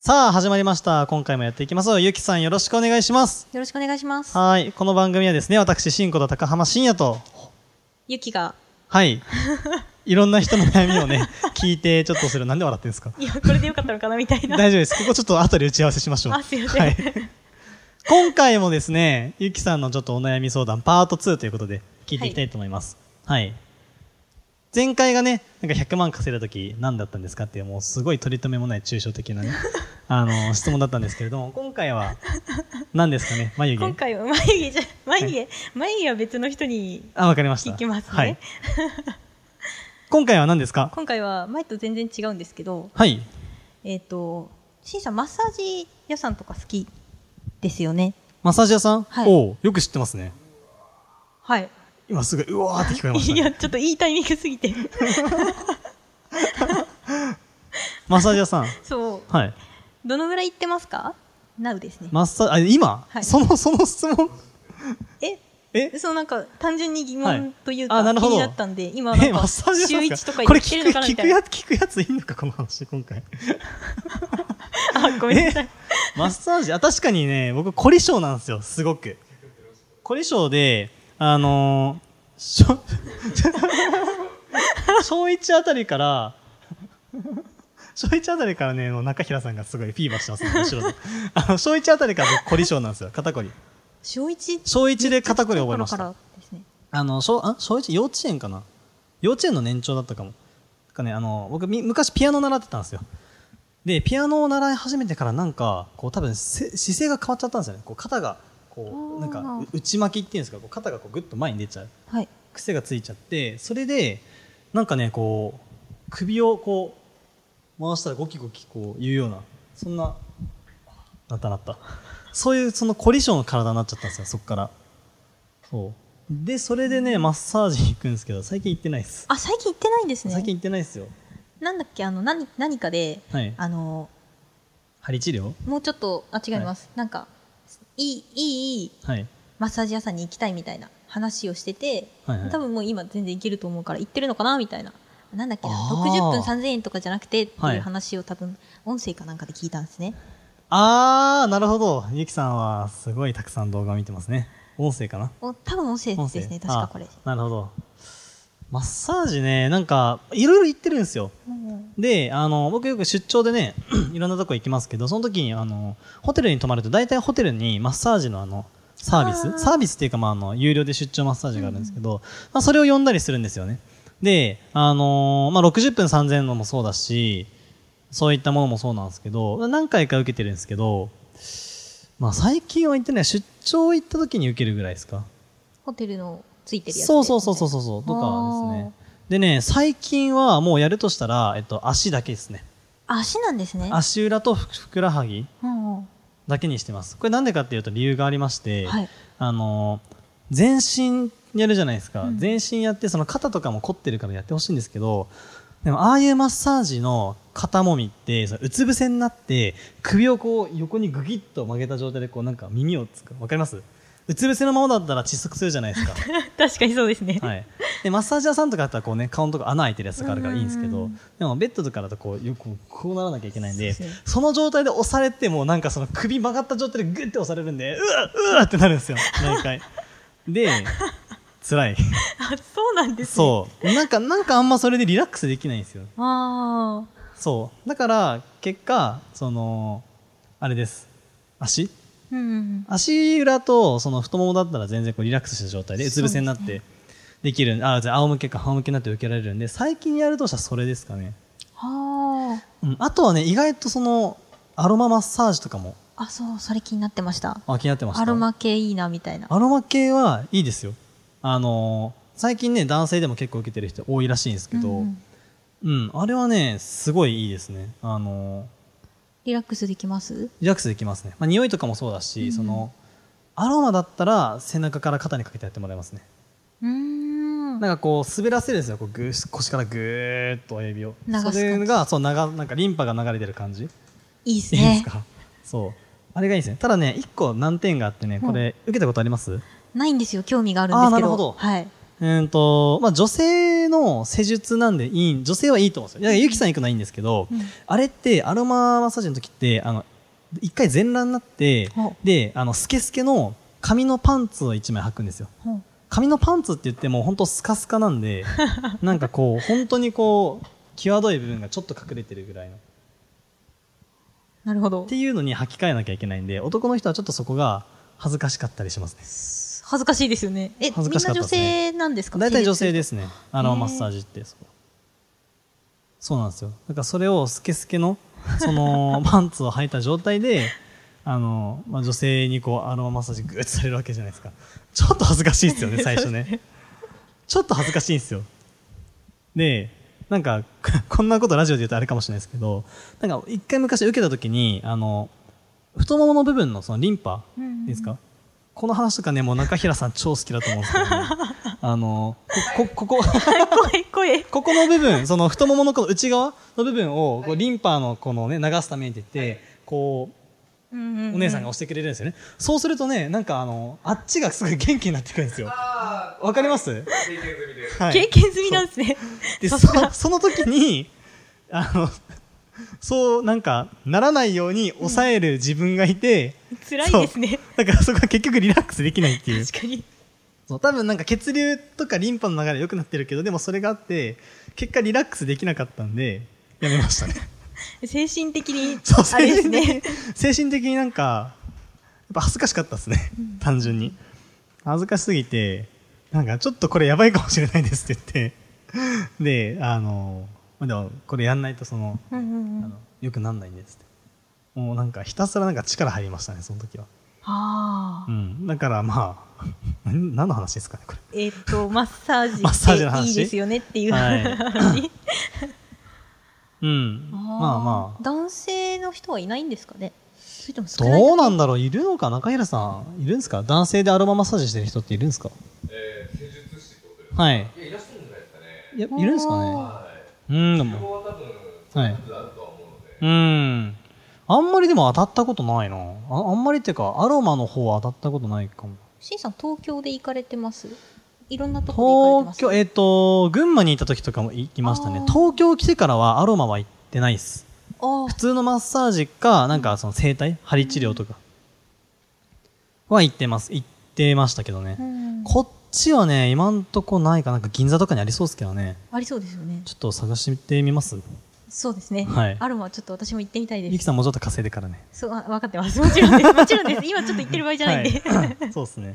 さあ始まりました今回もやっていきますゆきさんよろしくお願いしますよろしくお願いします。はいこの番組はですね私新子と高浜真也とゆきが、はいいろんな人の悩みをね聞いてちょっとそれなんで笑ってんですかいや、これでよかったのかなみたいな。大丈夫ですここちょっと後で打ち合わせしましょうあすいませんはい、今回もですねゆきさんのちょっとお悩み相談パート2ということで聞いていきたいと思いますはい、前回がねなんか100万稼いだ時何だったんですかっていうもうすごい取り留めもない抽象的な ねあの質問だったんですけれども今回は何ですかね眉毛今回は眉毛じゃ、眉毛、眉毛は別の人にあわかりました聞きますね。はい、今回は何ですか今回は前と全然違うんですけど、はいえっ、と、しんさん、マッサージ屋さんとか好きですよね。マッサージ屋さん、はいおうよく知ってますねはい。今すぐうわーって聞こえました、いね、や、ちょっといいタイミングすぎて。 マッサージ屋さんそう。はいどのぐらい行ってますか ?Now ですね。マッサージあ今、はいそのその質問ええそうなんか単純に疑問というはいあかなる気ほどになったんで、今なえんマかッサージ屋さ週ん一ですとかかこれ行って聞るのくかなみ聞たくいやな。聞くやついいのかこの話今 回あ、ごめんなさい。マッサージあ確かにね僕凝り性なんですよすごく凝り性であのー、しょ 小一あたりから小一あたりからねもう中平さんがすごいフィーバーしてますね後ろであの小一あたりから僕凝り性なんですよ肩こり小一小一で肩こり覚えました頃からですね。あの、小、あ小一幼稚園かな幼稚園の年長だったかも。なんかね、あの、僕、み昔ピアノ習ってたんですよ。で、ピアノを習い始めてからなんか、こう多分せ姿勢が変わっちゃったんですよね。こう肩が、こう、なあんーかう内巻きっていうんですか、こう肩がこうグッと前に出ちゃう。はい。癖がついちゃって、それで、なんかね、こう、首をこう、回したらゴキゴキこう言うような、そんな、なったなった。そういう、その凝り性の体になっちゃったんですよ、そっから。そう。で、それでね、マッサージ行くんですけど、最近行ってないです。あ、最近行ってないんですね。最近行ってないですよ。なんだっけ、あの、何、何かで、はい。あの、針治療もうちょっと、あ、違います。なんか、いい、いい、いいはい。マッサージ屋さんに行きたいみたいな話をしてて、はいはい多分もう今全然行けると思うから行ってるのかなみたいな。なんだっけなあー60分3000円とかじゃなくてってはいいう話を多分音声かなんかで聞いたんですね、あー、なるほど。ゆきさんは、すごいたくさん動画見てますね。音声かなお多分音声ですね確かこれあなるほどマッサージねなんかいろいろ行ってるんですようんであの僕よく出張でね いろんなとこ行きますけどその時にあのホテルに泊まると大体ホテルにマッサージのあのサービスあーサービスっていうか、まあ、あの有料で出張マッサージがあるんですけど、まあ、それを呼んだりするんですよねで、あのーまあ、60分3000のもそうだしそういったものもそうなんですけど何回か受けてるんですけど、まあ、最近は行ってない出張行った時に受けるぐらいですかホテルのついてるやつそうそうそうそううそうそうとかですねでね最近はもうやるとしたら、えっと、足だけですね足なんですね足裏とふふくらはぎうんうんだけにしてますこれなんでかっていうと理由がありまして、はい あの全身やるじゃないですか、うん全身やってその肩とかも凝ってるからやってほしいんですけどでもああいうマッサージの肩もみってそのうつ伏せになって首をこう横にグギッと曲げた状態でこうなんか耳をつくわかりますうつ伏せのままだったら窒息するじゃないですか確かにそうですね。はい、 でマッサージ屋さんとかだったらこう、ね、顔のとこ穴開いてるやつとかあるからいいんですけうんうんどうんでもベッドとかだとこうよくこうならなきゃいけないんでそうですねその状態で押されてもなんかその首曲がった状態でグッて押されるんでうわうわってなるんですよ毎回。で辛いあ、 そうなんです、ね。そうなんかなんかあんまそれでリラックスできないんですよう。ああ。そうだから結果そのあれです足うんうんうん。足裏とその太ももだったら全然こうリラックスした状態でうつ伏せになっそうでてできるんであじゃあ仰向けか仰向けになって受けられるんで最近やるとしたらそれですかね、はうん、あとはね意外とそのアロママッサージとかもあ。あ、そう、それ気になってました。あ気になってましたアロマ系いいなみたいな。アロマ系はいいですよあのー最近ね男性でも結構受けてる人多いらしいんですけど、ううんうんんあれはねすごいいいですねあのーリラックスできますリラックスできますね、まあ、匂いとかもそうだし、うんそのアロマだったら背中から肩にかけてやってもらいますねうーんなんかこう滑らせるんですよこうぐー腰からぐーっと親指を流す感そじれがそうながなんかリンパが流れてる感じ、いいですいいですねかそうあれがいいですねただね一個難点があってねこれ受けたことあります、ないんですよ興味があるんですけどあーなるほどはい、うーんとまあ、女性の施術なんでいい女性はいいと思うんですよだからゆきさん行くのはいいんですけど、うんあれってアロママッサージの時ってあの一回全裸になってほであのスケスケの紙のパンツを一枚履くんですよほう紙のパンツって言っても本当スカスカなんでなんかこう本当にこう際どい部分がちょっと隠れてるぐらいのっなるほどていうのに履き替えなきゃいけないんで男の人はちょっとそこが恥ずかしかったりしますね恥ずかしいですよねえ恥ずみかんしかっなた女ですね性なんですか大体女性でですねあのへーマッサージってそうそうなんですよだからそれをスケスケのその パンツを履いた状態であの、まあ、女性にこうアロママッサージグーッとされるわけじゃないですかちょっと恥ずかしい ですよね最初ねちょっと恥ずかしいんですよでなんか こんなことラジオで言うとあれかもしれないですけどなんか一回昔受けた時にあの太ももの部分のそのリンパいいですかこの話とかね、もう中平さん超好きだと思うんですけど、ね、あの、こ、こ、ここ、 声声ここの部分、その太もものこの内側の部分を、こうリンパのこのね、流すためにって言って、こう、おお姉さんが押してくれるんですよね。そうするとね、なんかあの、あっちがすごい元気になってくるんですよ。あわかりまあ、す経験済みで。は経い。験済みなんですねで、さそすがその時に、あの、そう、なんか、ならないように抑える自分がいて、辛いですねだからそこは結局リラックスできないっていう。確かにそう多分なんか血流とかリンパの流れ良くなってるけどでもそれがあって結果リラックスできなかったんでやめましたね精神的に そうあ精れです神ね的に精神的になんかやっぱ恥ずかしかったですね、単純に恥ずかしすぎてなんかちょっとこれやばいかもしれないですって言ってであのまあでもこれやんないとそのうんうんうんあの良くなんないんですってもうなんかひたすらなんか力入りましたねその時は、あうあ、ん、だからまあ 何何の話ですかねこれえっ、と、マッサージマッサージの話っていいですよねっていうはい話。うん まあまあー男性の人はいないんですかね。それとも少ないどうなんだろういるのか中平さんいるんですか男性でアロママッサージしてる人っているんですかえー、施術師ってことですかはいいや、いらっしゃるんじゃないですかね。いやいるんですかねはい。うーんでそもこは多分、はい多分あるとは思うので。うーんあんまりでも当たったことないなああんまりっていうかアロマの方は当たったことないかもしんさん、東京で行かれてますいろんなとこ東で行かれてます京えっ、と群馬にいた時とかも行きましたねあー東京来てからはアロマは行ってないですあ普ー通のマッサージかなんかその整体針治療とかは行ってます行ってましたけどね、うんこっちはね今んとこないかなんか銀座とかにありそうですけどね、ありそうですよね。ちょっと探してみますそうですね。はいアロマ、ちょっと私も行ってみたいでゆきす。さんもうちょっと稼いでからね。そう、わわかってます。もちろんです。もちろんです。今ちょっと行ってる場合じゃないんで。は。はいい そうですね。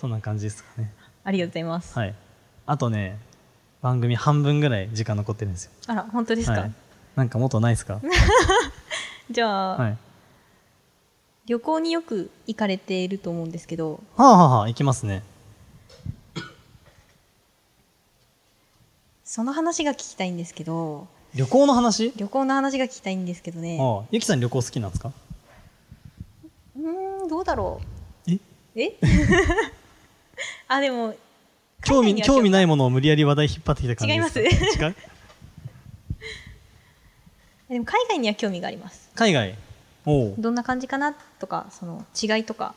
そんな感じですかね。ありがとうございます。はい。あとね、番組半分ぐらい時間残ってるんですよ。あら、本当ですか、はい。なんかもっとないですかじゃあ、はい。は旅行によく行かれていると思うんですけど、あ、はあはあ、いきますね。その話が聞きたいんですけど、旅行の話旅行の話が聞きたいんですけどね。ああゆきさん旅行好きなんですかうーん、どうだろえう。え あ、でも、興味、海外には興味ないものを無理やり話題引っ張ってきた感じですか。違います違うでも海外には興味があります。海 外。おお。どんな感じかなとか、その違いとか。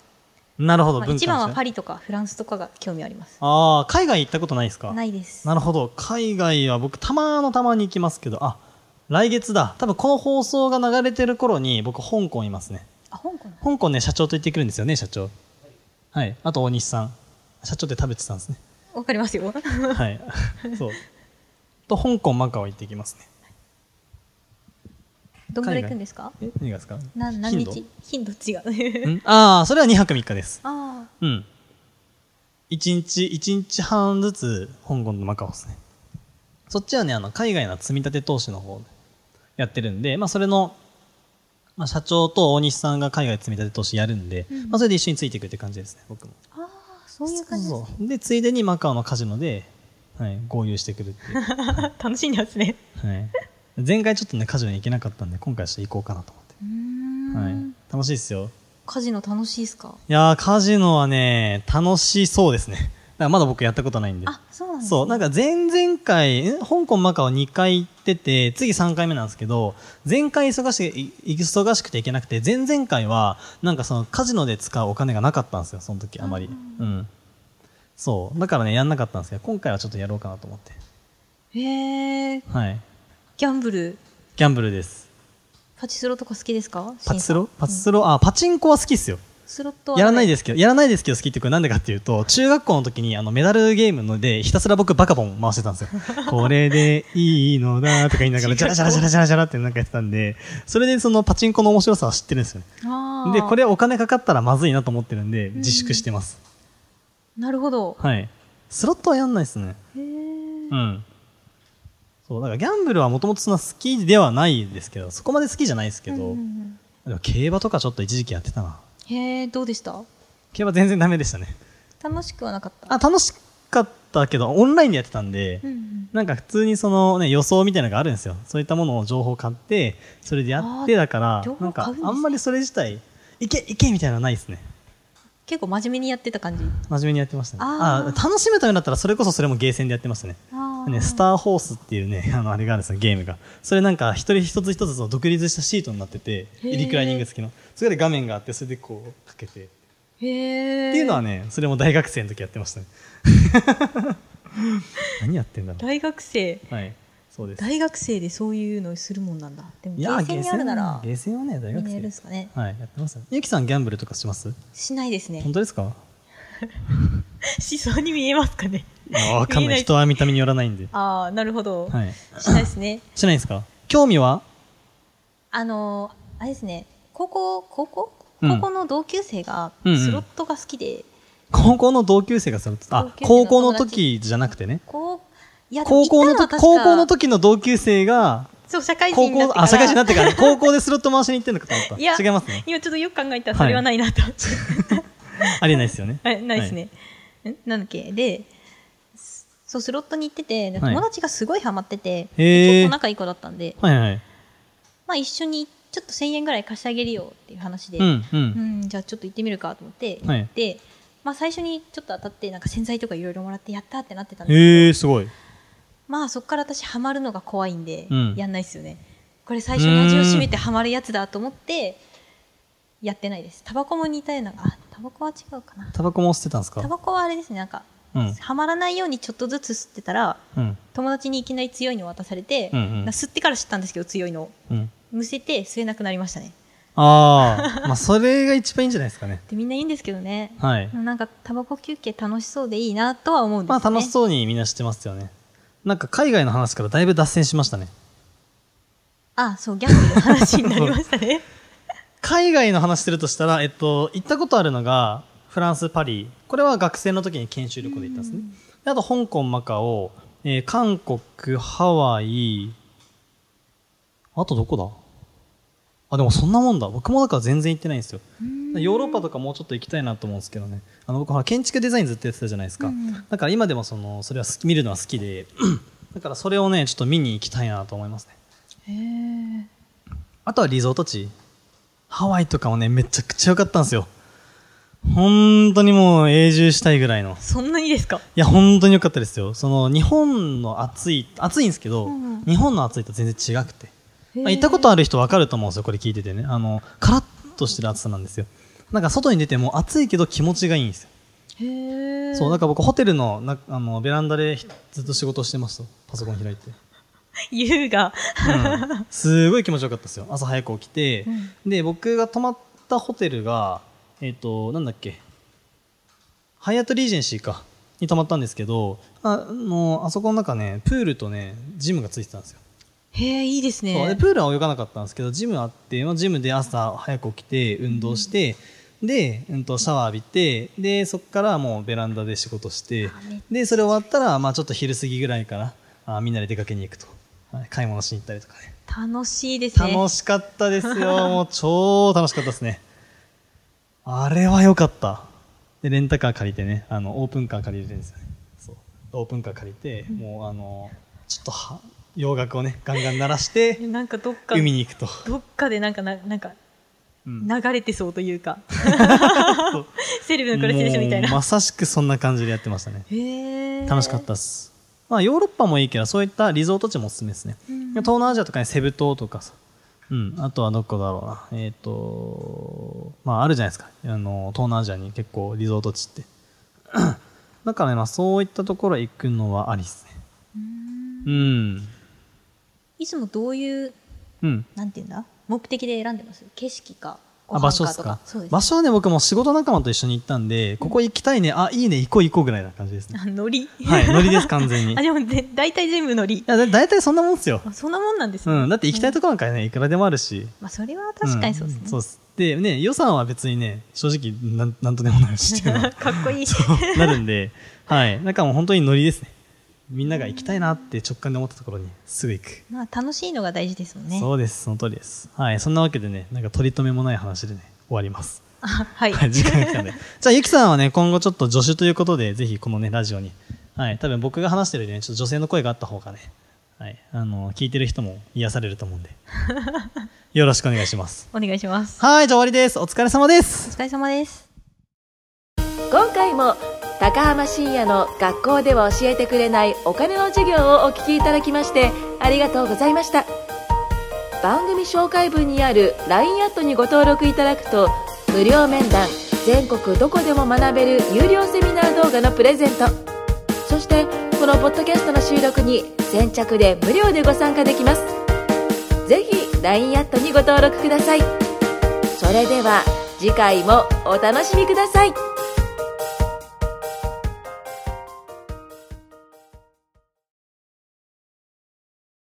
なるほど、まあ、一番はパリ。リとかフランスとかが興味あります。ああ、海外行ったことないですかないです。なるほど海外は僕たまのたまに行きますけどあ来月だ多分この放送が流れてる頃に僕香港いますねあ、香港の香港ね社長と行ってくるんですよね社長はいあと大西さん社長って田淵さんですねわかりま すよ。 はいそうと香港マカオ行ってきますねどんぐらい行くんですかえ何がですかな何日頻度違う。んああそれは2泊3日です ああ、うん1日1日半ずつ香港とマカオですねそっちはねあの海外の積み立て投資の方やってるんで、まあ、それの、まあ、社長と大西さんが海外積み立て投資やるんで、うんまあ、それで一緒についていくって感じですね僕もああ、そういう感じですね。そうでついでにマカオのカジノで、はい、合流してくる っていう、は楽しんでますね。い、前回ちょっとねカジノに行けなかったんで今回ちょっと行こうかなと思ってうーんはいん。楽しいですよ。カジノ楽しいですかいやー、カジノはね、楽しそうですね。だからまだ僕やったことないんで。あ、そうなんですねそう、なんか前々回、ん香港、マカオ2回行ってて、次3回目なんですけど、前回忙しくい、忙しくて行けなくて、前々回は、なんかそのカジノで使うお金がなかったんですよ、その時あまり。うん。そう、だからね、やんなかったんですけど、今回はちょっとやろうかなと思って。へえ、はい。ギャンブル、ギャンブルです。パチスロとか好きですかパチスロパチススロ、あ、パチンコは好きっすよ。スロットはやらないす。ですけど、やらないですけど好きってこれなんでかっていうと、中学校の時にあのメダルゲームのでひたすら僕バカボン回してたんですよ。 これでいいのだとか言いながら、じゃらじゃらじゃらじゃらじゃらってなんかやってたんで、それでそのパチンコの面白さは知ってるんですよね。あーで、これお金かかったらまずいなと思ってるんで、自粛してます。なるほど。はい。スロットはやんないですね。へえ。うん。そう、だからギャンブルはもともとそんな好きではないですけど、そこまで好きじゃないですけうんうどんう、んでも競馬とかちょっと一時期やってたな。へえ、どうでした競馬全然ダメでしたね。楽しくはなかった。あ楽しかったけどオンラインでやってたんで、うんうん。なんか普通にその、ね、予想みたいなのがあるんですよそういったものを情報買ってそれでやっあてーだから情報なん買かうんですねあんまりそれ自体いけいけみたいなのないですね結構真面目にやってた感じ。真面目にやってましたねあーあー楽しむためだったらそれこそそれもゲーセンでやってましたねあねスターホースっていうねあのあれがあるんですよゲームがそれなんか一人一つ一つの独立したシートになっててへーリクライニング付きのそれで画面があってそれでこうかけてへえ。っていうのはねそれも大学生の時やってま したね何やってんだろう大学生。はい、そうです。大学生でそういうのをするもんなんだ。でも、いゲやーセンにあるなら、ゲーセンはね、大みん学なや生るんですかね。はい、やってますよ。ゆきさん、ギャンブルとかしますしないですね本。当ですか しそうに見えますかね。いやわかん見えな。ないい人は見た目によらないんで。ああ、なるほど。はい。しないですね。しないですか興味はあのーあれですね高校高校うん高校の同級生がうんうんスロットが好きで、高校の同級生がそれあ、高同級生の友達校の時じゃなくてね。こういや高校のでもい時、たは確高か校の時の同級生が、そう社会人高になっ校、てからあ、社会人になってから、 高校でスロット回しに行ってんのかと思った。いや違いますね。今ちょっとよく考えたらはいそれはな いなと、はい、ありえないですよね。ないですね、んなんだっけでそうスロットに行っててではい友達がすごいハマってて、へー結構仲いい子だったんで、はいはい。まあ、一緒にちょっと1000円ぐらい貸してあげるよっていう話で、うん、う。うんん、じゃあちょっと行ってみるかと思ってはい行って、まあ、最初にちょっと当たってなんか洗剤とかいろいろもらってやったってなってたんですけどへえ、すごい。まあそこから私ハマるのが怖いんで、うんやんないですよねこれ最初に味を占めてハマるやつだと思ってやってないですタバコも似たようなあタバコは違うかなタバコも吸ってたんですタかバコはあれですねなんか、うん。ハマらないようにちょっとずつ吸ってたらうん。友達にいきなり強いのを渡されて、うんうんな吸ってから知ったんですけど強いのをうん。むせて吸えなくなりましたねああ、まあ、それが一番いいんじゃないですかね。でみんないいんですけどねはい。なんかタバコ休憩楽しそうでいいなとは思うんですまあね、楽しそうにみんな知ってますよね。なんか海外の話からだいぶ脱線しましたね。あそうギャンブルの話になりまし たね海外の話するとしたら、えっと、行ったことあるのが、フランス、パリ。これは学生の時に研修旅行で行ったんですね。であと、香港、マカオ、えー韓国、ハワイ、あとどこだあ、でもそんなもんだ。僕もだから全然行ってないんですよ。ヨーロッパとかもうちょっと行きたいなと思うんですけどね。あの、僕は建築デザインずっとやってたじゃないですか。うんだから今でもその、それは好き見るのは好きで、 だからそれをね、ちょっと見に行きたいなと思いますね。へーあとはリゾート地。ハワイとかもね、めちゃくちゃ良かったんですよ。本当にもう永住したいぐらいの。そんなにですかいや、本当に良かったですよ。その、日本の暑い、暑いんですけど、うん日本の暑いと全然違くて。へーまあ行ったことある人分かると思うんですよ、これ聞いててね。あの、カラッとしてる暑さなんですよ。なんか外に出ても暑いけど気持ちがいいんですよ。へえ。そう、だから僕ホテルのなあのベランダでずっと仕事をしてました。パソコン開いて。優雅。うんすごい気持ちよかったですよ朝早く起きて、で僕が泊まったホテルがえっ、となんだっけハイアットリージェンシーかに泊まったんですけどああのあそこの中ねプールとねジムがついてたんですよ、へえ、いいですそうでね。プールは泳がなかったんですけどジムあって、まあ、ジムで朝早く起きて運動して、で、うん、とシャワー浴びてでそこからもうベランダで仕事してめっちでそれ終わったら、まあ、ちょっと昼過ぎぐらいからあみんなで出かけに行くと、はい買い物しに行ったりとかね楽しいですね。楽しかったですよ。 もう超楽しかったですね。あれは良かった。で、レンタカー借りてね、あの、オープンカー借りれるんですよね。そう。オープンカー借りて、もうあの、ちょっとは、洋楽をね、ガンガン鳴らして、 なんかどっか、海に行くと。どっかでなんかな、なんか、うん流れてそうというか セレブの暮らしでしょみたいもうな まさしくそんな感じでやってましたね。へえ楽しかったっす。まあ、ヨーロッパもいいけど、そういったリゾート地もおすすめですね。東南アジアとかにセブ島とかさ、うん、あとはどこだろうな、えっ、と、まあ、あるじゃないですか、あの東南アジアに結構リゾート地って。 だからね、まあ、そういったところへ行くのはありですね。うん。いつもどういううん。なんていうんだ目的で選んでます景色かごあ飯か場と所かっすかそうです場所はね、僕も仕事仲間と一緒に行ったんで、ここ行きたいね、あ、いいね、行こう行こうぐらいな感じですね。あノリはい、ノリです、完全に。い あでもで大体全部ノリや、だだいたいそんなもんっすよ。あそんなもんなんですね、うん、だって行きたいとこ、こなんかね、いくらでもあるし。まあ、それは確かにそうですね、んそうっす。で、ね、予算は別にね、正直、なんなんとでもなる しっていうのはかっこいいそうなるんで、はい。なんかもう本当にノリですね。みんなが行きたいなって直感で思ったところにすぐ行く。まあ楽しいのが大事ですもんねそうです、その通りです。はい。そんなわけでね、なんか取り留めもない話でね、終わります。あはい、はい、時間が来たんで。じゃあ、ゆきさんはね、今後ちょっと助手ということで、ぜひこのね、ラジオに、はい、多分僕が話してるよりね、ちょっと女性の声があった方がね、はい、あの、聞いてる人も癒されると思 うんで、よろしくお願いします。 お願いしますはい、じゃあ終わりです。お疲れ様ですお。疲れ様です今回も高浜深也の学校では教えてくれないお金の授業をお聞きいただきましてありがとうございました番組紹介文にある LINE アットにご登録いただくと無料面談全国どこでも学べる有料セミナー動画のプレゼントそしてこのポッドキャストの収録に先着で無料でご参加できますぜひ LINE アットにご登録くださいそれでは次回もお楽しみください